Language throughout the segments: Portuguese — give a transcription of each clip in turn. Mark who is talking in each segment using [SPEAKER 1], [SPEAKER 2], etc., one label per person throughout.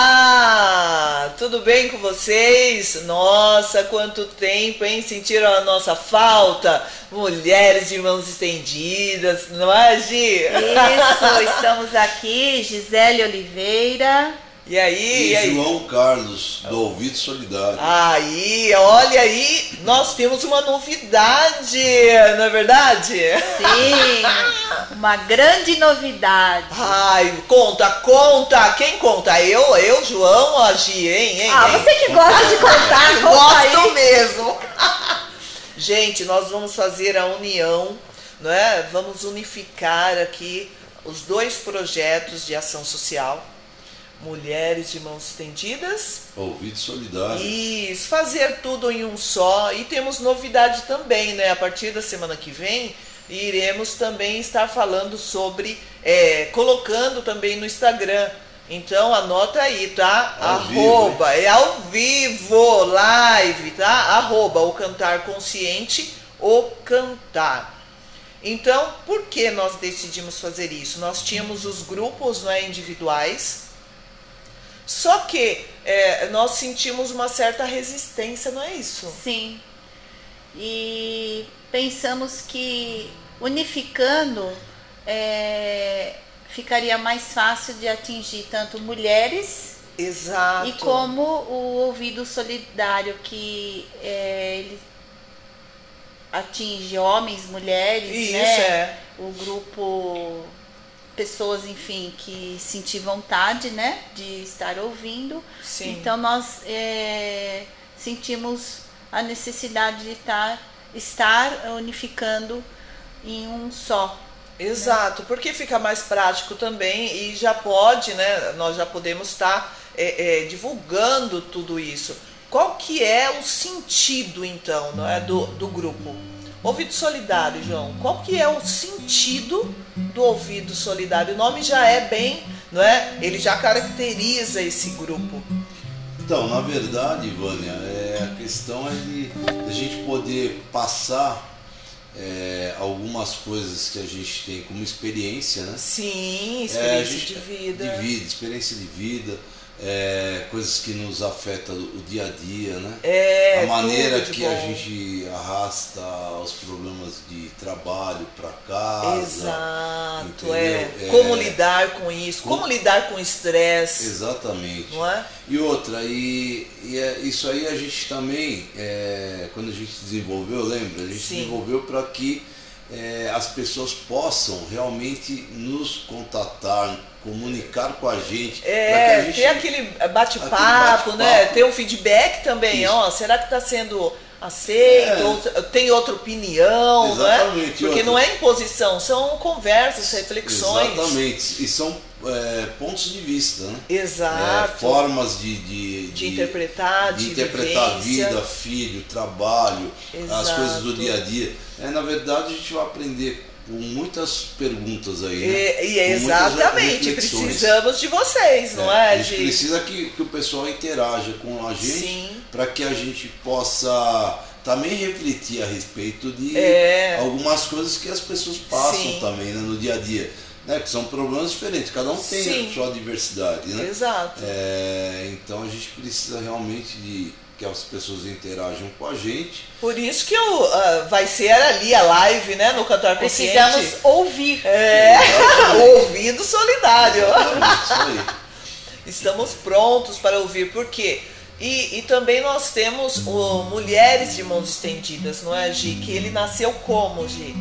[SPEAKER 1] Olá! Tudo bem com vocês? Nossa, quanto tempo, hein? Sentiram a nossa falta? Mulheres de mãos estendidas, não é, Gi?
[SPEAKER 2] Isso, estamos aqui, Gisele Oliveira.
[SPEAKER 1] E aí, e,
[SPEAKER 3] E
[SPEAKER 1] aí?
[SPEAKER 3] João Carlos, do Ouvido Solidário.
[SPEAKER 1] Aí, olha aí, nós temos uma novidade, não é verdade?
[SPEAKER 2] Sim, uma grande novidade.
[SPEAKER 1] Ai, conta, conta, quem conta? Eu, eu, João, a Gi, hein, hein?
[SPEAKER 2] Ah,
[SPEAKER 1] hein?
[SPEAKER 2] você que gosta de contar, conta aí.
[SPEAKER 1] Gosto mesmo. Gente, nós vamos fazer a união, não é? Vamos unificar aqui os dois projetos de ação social, Mulheres de Mãos Estendidas
[SPEAKER 3] Ouvido Solidário.
[SPEAKER 1] isso, fazer tudo em um só. E temos novidade também, né? A partir da semana que vem, iremos também estar falando sobre, é, colocando também no Instagram. Então anota aí, tá?
[SPEAKER 3] Ao vivo,
[SPEAKER 1] Arroba, é ao vivo, live, tá? Arroba, o cantar consciente, o cantar. Então, por que nós decidimos fazer isso? Nós tínhamos os grupos né, individuais, só que é, nós sentimos uma certa resistência, não é isso?
[SPEAKER 2] Sim. E pensamos que unificando é, ficaria mais fácil de atingir tanto mulheres
[SPEAKER 1] Exato.
[SPEAKER 2] E como o ouvido solidário que é, ele atinge homens, mulheres,
[SPEAKER 1] Isso,
[SPEAKER 2] né?
[SPEAKER 1] é.
[SPEAKER 2] O grupo, pessoas, enfim, que sentir vontade, né, de estar ouvindo.
[SPEAKER 1] Sim.
[SPEAKER 2] Então nós é, sentimos a necessidade de estar, estar unificando em um só.
[SPEAKER 1] Exato, porque fica mais prático também e já pode, né? Nós já podemos estar é, é, divulgando tudo isso. Qual que é o sentido, então, não é, do, do grupo? Ouvido Solidário, João, qual que é o sentido do Ouvido Solidário? O nome já é bem, não é? Ele já caracteriza esse grupo.
[SPEAKER 3] Então, na verdade, Vânia, é, a questão é de, de a gente poder passar é, algumas coisas que a gente tem como experiência, né?
[SPEAKER 1] Sim,
[SPEAKER 3] É, a
[SPEAKER 1] experiência
[SPEAKER 3] gente-
[SPEAKER 1] de vida.
[SPEAKER 3] De vida, experiência de vida, é, coisas que nos afetam o dia a dia, né?
[SPEAKER 1] É,
[SPEAKER 3] a maneira
[SPEAKER 1] tudo de
[SPEAKER 3] que a
[SPEAKER 1] bom.
[SPEAKER 3] gente arrasta os problemas de trabalho para casa.
[SPEAKER 1] Exato,
[SPEAKER 3] entendeu?
[SPEAKER 1] é.
[SPEAKER 3] É.
[SPEAKER 1] Como lidar com isso, como, lidar com o estresse,
[SPEAKER 3] Exatamente.
[SPEAKER 1] não é?
[SPEAKER 3] E outra, e, e é- isso aí a gente também, é, quando a gente desenvolveu, lembra? A gente
[SPEAKER 1] Sim.
[SPEAKER 3] desenvolveu para que é, as pessoas possam realmente nos contatar, comunicar com a gente. pra
[SPEAKER 1] É,
[SPEAKER 3] que a gente
[SPEAKER 1] ter aquele bate-papo,
[SPEAKER 3] bate-papo.
[SPEAKER 1] né? Ter um feedback também,
[SPEAKER 3] Isso.
[SPEAKER 1] ó. Será que está sendo aceito?
[SPEAKER 3] É.
[SPEAKER 1] Ou tem outra opinião, não é?
[SPEAKER 3] Exatamente,
[SPEAKER 1] Porque
[SPEAKER 3] outra.
[SPEAKER 1] não é imposição, são conversas, reflexões.
[SPEAKER 3] Exatamente. E são é, pontos de vista, né?
[SPEAKER 1] Exato.
[SPEAKER 3] É, formas de, de,
[SPEAKER 1] Ah, tá. De interpretar, de
[SPEAKER 3] interpretar a
[SPEAKER 1] vivência.
[SPEAKER 3] vida, né? filho, trabalho, as
[SPEAKER 1] Exato.
[SPEAKER 3] coisas do dia a dia. É, na verdade, a gente vai aprender com muitas perguntas aí. Né?
[SPEAKER 1] E, e
[SPEAKER 3] Com muitas
[SPEAKER 1] exatamente,
[SPEAKER 3] reflexões.
[SPEAKER 1] precisamos de vocês, não
[SPEAKER 3] É,
[SPEAKER 1] é,
[SPEAKER 3] a gente
[SPEAKER 1] Gi?
[SPEAKER 3] precisa que, que o pessoal interaja com a gente
[SPEAKER 1] Sim.
[SPEAKER 3] para que a gente possa também refletir a respeito de
[SPEAKER 1] É.
[SPEAKER 3] algumas coisas que as pessoas passam
[SPEAKER 1] Sim.
[SPEAKER 3] também né, no dia a dia. Né, que são problemas diferentes, cada um tem
[SPEAKER 1] Sim.
[SPEAKER 3] a sua diversidade. Né?
[SPEAKER 1] Exato.
[SPEAKER 3] É, então a gente precisa realmente de que as pessoas interajam com a gente.
[SPEAKER 1] Por isso que eu, ah, vai ser ali a live, né? No Cantar Consciente.
[SPEAKER 2] Precisamos ouvir.
[SPEAKER 1] É, ouvido solidário.
[SPEAKER 3] Exatamente, isso aí.
[SPEAKER 1] Estamos prontos para ouvir, por quê? E, e também nós temos o Mulheres de Mãos Estendidas, não é, Gi? Que ele nasceu como, Gi?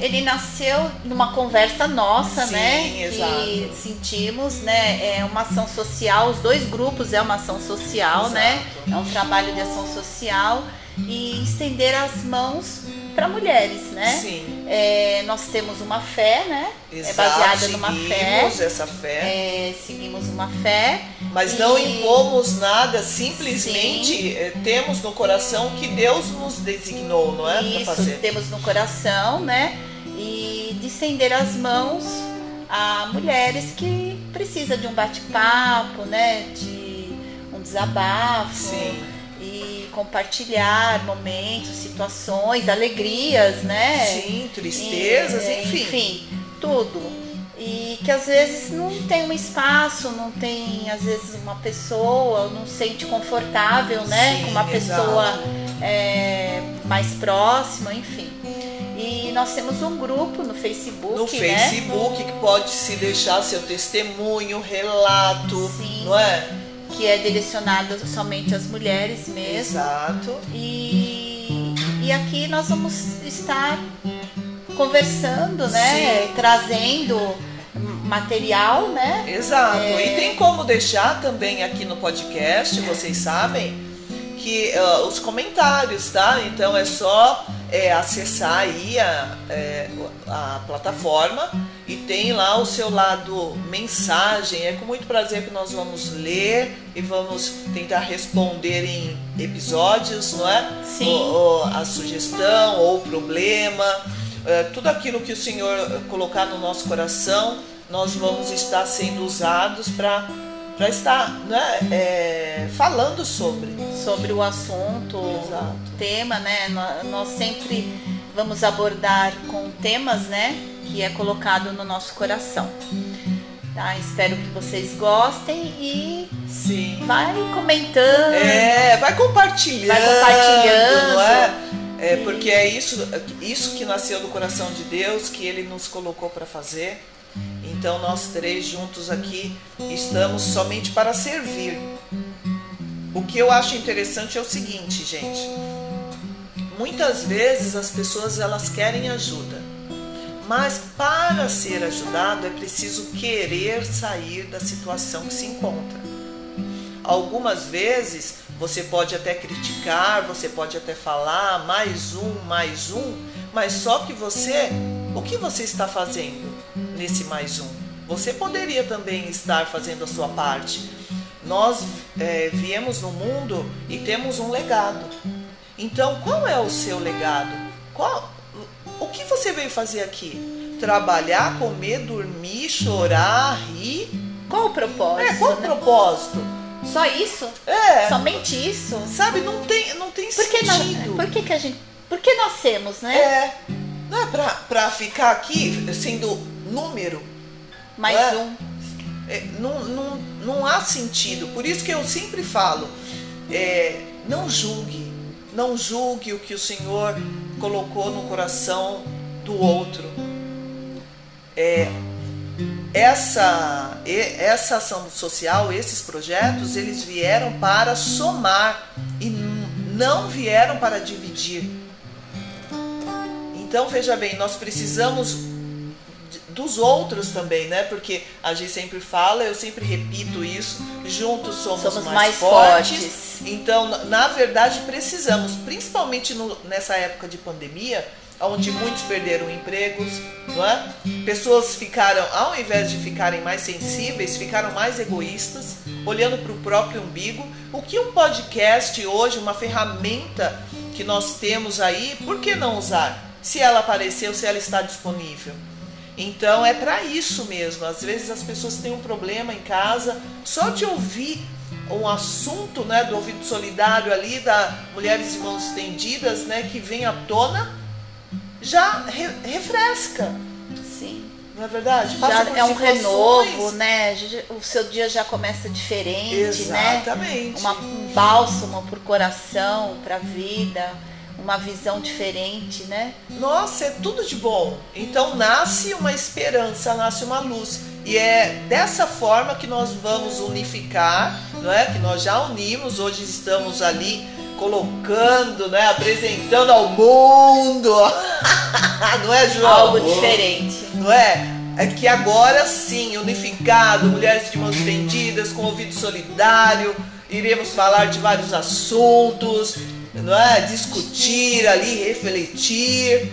[SPEAKER 2] Ele nasceu numa conversa nossa,
[SPEAKER 1] Sim,
[SPEAKER 2] né?
[SPEAKER 1] exato.
[SPEAKER 2] Que sentimos, né? É uma ação social, os dois grupos é uma ação social,
[SPEAKER 1] Exato.
[SPEAKER 2] né? É um trabalho de ação social e estender as mãos para mulheres, né?
[SPEAKER 1] Sim.
[SPEAKER 2] É, nós temos uma fé, né?
[SPEAKER 1] Exato,
[SPEAKER 2] é baseada numa fé.
[SPEAKER 1] seguimos essa fé.
[SPEAKER 2] É, seguimos uma fé.
[SPEAKER 1] Mas não
[SPEAKER 2] E-
[SPEAKER 1] impomos nada, simplesmente eh, temos no coração o que Deus nos designou, não é? Pra
[SPEAKER 2] Isso,
[SPEAKER 1] fazer.
[SPEAKER 2] temos no coração, né? E de estender as mãos a mulheres que precisam de um bate-papo, né? De um desabafo.
[SPEAKER 1] Sim.
[SPEAKER 2] E compartilhar momentos, situações, alegrias, né?
[SPEAKER 1] Sim, tristezas,
[SPEAKER 2] E,
[SPEAKER 1] enfim.
[SPEAKER 2] Enfim, É, tudo. E que às vezes não tem um espaço, não tem às vezes uma pessoa, não sente confortável, né?
[SPEAKER 1] Sim,
[SPEAKER 2] com uma
[SPEAKER 1] exato.
[SPEAKER 2] pessoa é, mais próxima, enfim. E nós temos um grupo no Facebook,
[SPEAKER 1] no
[SPEAKER 2] né?
[SPEAKER 1] Facebook que pode se deixar seu testemunho, relato,
[SPEAKER 2] Sim.
[SPEAKER 1] não é?
[SPEAKER 2] que é direcionado somente às mulheres mesmo.
[SPEAKER 1] Exato.
[SPEAKER 2] E, e aqui nós vamos estar conversando, né? Trazendo material, né?
[SPEAKER 1] Exato. E tem como deixar também aqui no podcast, vocês sabem, que ah, os comentários, tá? Então é só é, acessar aí a, é, a plataforma e tem lá o seu lado mensagem. É com muito prazer que nós vamos ler e vamos tentar responder em episódios, não é?
[SPEAKER 2] Sim.
[SPEAKER 1] O- o- a sugestão ou o problema, é, tudo aquilo que o Senhor colocar no nosso coração, nós vamos estar sendo usados para para estar né, é, falando sobre.
[SPEAKER 2] sobre o assunto,
[SPEAKER 1] Exato.
[SPEAKER 2] o tema, né? Nó- Nós sempre vamos abordar com temas, né? Que é colocado no nosso coração. Tá? Espero que vocês gostem e
[SPEAKER 1] Sim.
[SPEAKER 2] vai comentando.
[SPEAKER 1] É, vai compartilhando.
[SPEAKER 2] Vai compartilhando.
[SPEAKER 1] Não é? É, porque é isso, isso que nasceu do coração de Deus, que Ele nos colocou para fazer. Então nós três juntos aqui estamos somente para servir. O que eu acho interessante é o seguinte, gente. Muitas vezes as pessoas elas querem ajuda, mas para ser ajudado é preciso querer sair da situação que se encontra. Algumas vezes você pode até criticar, você pode até falar mais um, mais um, mas só que você, o que você está fazendo nesse mais um? Você poderia também estar fazendo a sua parte. Nós eh, viemos no mundo e temos um legado. Então, qual é o seu legado? Qual, o que você veio fazer aqui? Trabalhar, comer, dormir, chorar, rir?
[SPEAKER 2] Qual o propósito?
[SPEAKER 1] É, qual o
[SPEAKER 2] né?
[SPEAKER 1] propósito?
[SPEAKER 2] Só isso?
[SPEAKER 1] É.
[SPEAKER 2] Somente isso?
[SPEAKER 1] Sabe, não tem, não tem
[SPEAKER 2] Por que, nós,
[SPEAKER 1] sentido.
[SPEAKER 2] por que, que a gente. Por que nascemos, né?
[SPEAKER 1] É. Não é pra, pra ficar aqui sendo número.
[SPEAKER 2] Mais
[SPEAKER 1] é.
[SPEAKER 2] um.
[SPEAKER 1] É, não, não, não há sentido. Por isso que eu sempre falo, é, não julgue. Não julgue o que o Senhor colocou no coração do outro. É, essa, e- essa ação social, esses projetos, eles vieram para somar e n- não vieram para dividir. Então, veja bem, nós precisamos de- dos outros também, né? Porque a gente sempre fala, eu sempre repito isso, juntos somos,
[SPEAKER 2] Somos
[SPEAKER 1] mais,
[SPEAKER 2] mais
[SPEAKER 1] fortes.
[SPEAKER 2] fortes.
[SPEAKER 1] Então, na- na verdade, precisamos, principalmente no- nessa época de pandemia, onde muitos perderam empregos, não é? Pessoas ficaram, ao invés de ficarem mais sensíveis, ficaram mais egoístas, olhando para o próprio umbigo. O que um podcast hoje, uma ferramenta que nós temos aí, por que não usar? Se ela apareceu, se ela está disponível. Então é para isso mesmo. Às vezes as pessoas têm um problema em casa, só de ouvir um assunto, né, do ouvido solidário ali da mulheres de mãos estendidas, né, que vem à tona, já re- refresca,
[SPEAKER 2] Sim.
[SPEAKER 1] não é verdade?
[SPEAKER 2] Já
[SPEAKER 1] por
[SPEAKER 2] é um
[SPEAKER 1] situações-
[SPEAKER 2] renovo, né? Já- O seu dia já começa diferente, né?
[SPEAKER 1] Exatamente.
[SPEAKER 2] Uma- um bálsamo pro coração, pra vida, uma visão diferente, né?
[SPEAKER 1] Nossa, é tudo de bom. Então nasce uma esperança, nasce uma luz. E é dessa forma que nós vamos unificar, não é? Que nós já unimos, hoje estamos ali colocando, né? Apresentando ao mundo. não é, João?
[SPEAKER 2] Algo diferente.
[SPEAKER 1] não é? É que agora sim, unificado, mulheres de mãos estendidas, com ouvido solidário, iremos falar de vários assuntos, não é? Discutir ali, refletir.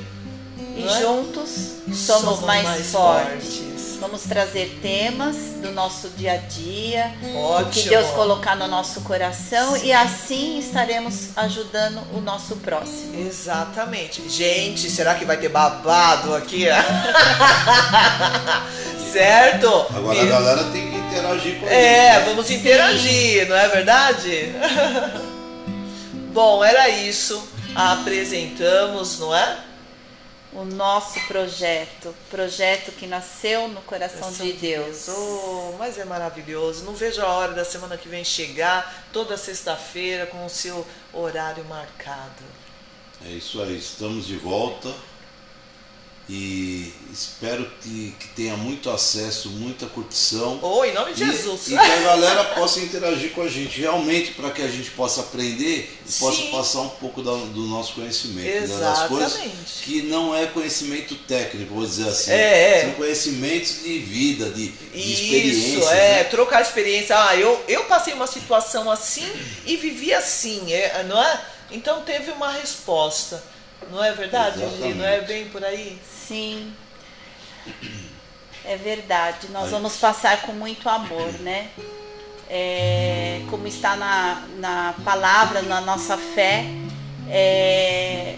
[SPEAKER 2] E
[SPEAKER 1] Não é?
[SPEAKER 2] juntos somos, mais, fortes. Vamos trazer temas do nosso dia a dia,
[SPEAKER 1] Ótimo.
[SPEAKER 2] que Deus colocar no nosso coração e assim estaremos ajudando o nosso próximo.
[SPEAKER 1] Exatamente. Gente, será que vai ter babado aqui? certo?
[SPEAKER 3] Agora a galera tem que interagir com a né?
[SPEAKER 1] É, vamos interagir, não é verdade? Bom, era isso. Apresentamos, não é?
[SPEAKER 2] o nosso projeto, projeto que nasceu no coração de Deus.
[SPEAKER 1] Oh, mas é maravilhoso. Não vejo a hora da semana que vem chegar, toda sexta-feira, com o seu horário marcado.
[SPEAKER 3] É isso aí, estamos de volta e espero que, que tenha muito acesso, muita curtição.
[SPEAKER 1] Oh, em nome de
[SPEAKER 3] E-
[SPEAKER 1] Jesus.
[SPEAKER 3] E, que a galera possa interagir com a gente, realmente, para que a gente possa aprender e possa
[SPEAKER 1] Sim.
[SPEAKER 3] passar um pouco da- do nosso conhecimento. né, das coisas
[SPEAKER 1] Exatamente.
[SPEAKER 3] que não é conhecimento técnico, vou dizer assim.
[SPEAKER 1] É, é.
[SPEAKER 3] São conhecimentos de vida, de, de experiências.
[SPEAKER 1] Isso, é,
[SPEAKER 3] né?
[SPEAKER 1] trocar experiência. Ah, eu, eu passei uma situação assim e vivi assim, é, não é? Então teve uma resposta. Não é verdade, Gi? Não é
[SPEAKER 3] Exatamente.
[SPEAKER 1] bem por aí?
[SPEAKER 2] Sim. É verdade. Nós
[SPEAKER 3] Aí.
[SPEAKER 2] vamos passar com muito amor, né? É, como está na, na palavra, na nossa fé, é,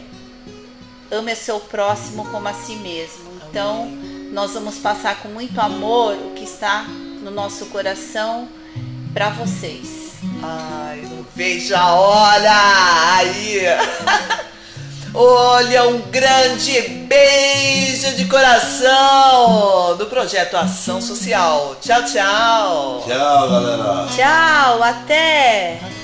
[SPEAKER 2] ame o seu próximo como a si mesmo. Então, nós vamos passar com muito amor o que está no nosso coração para vocês.
[SPEAKER 1] Ai, não vejo a hora! Aí! Olha, um grande beijo de coração do projeto Ação Social. Tchau, tchau!
[SPEAKER 3] Tchau, galera.
[SPEAKER 2] Tchau, até!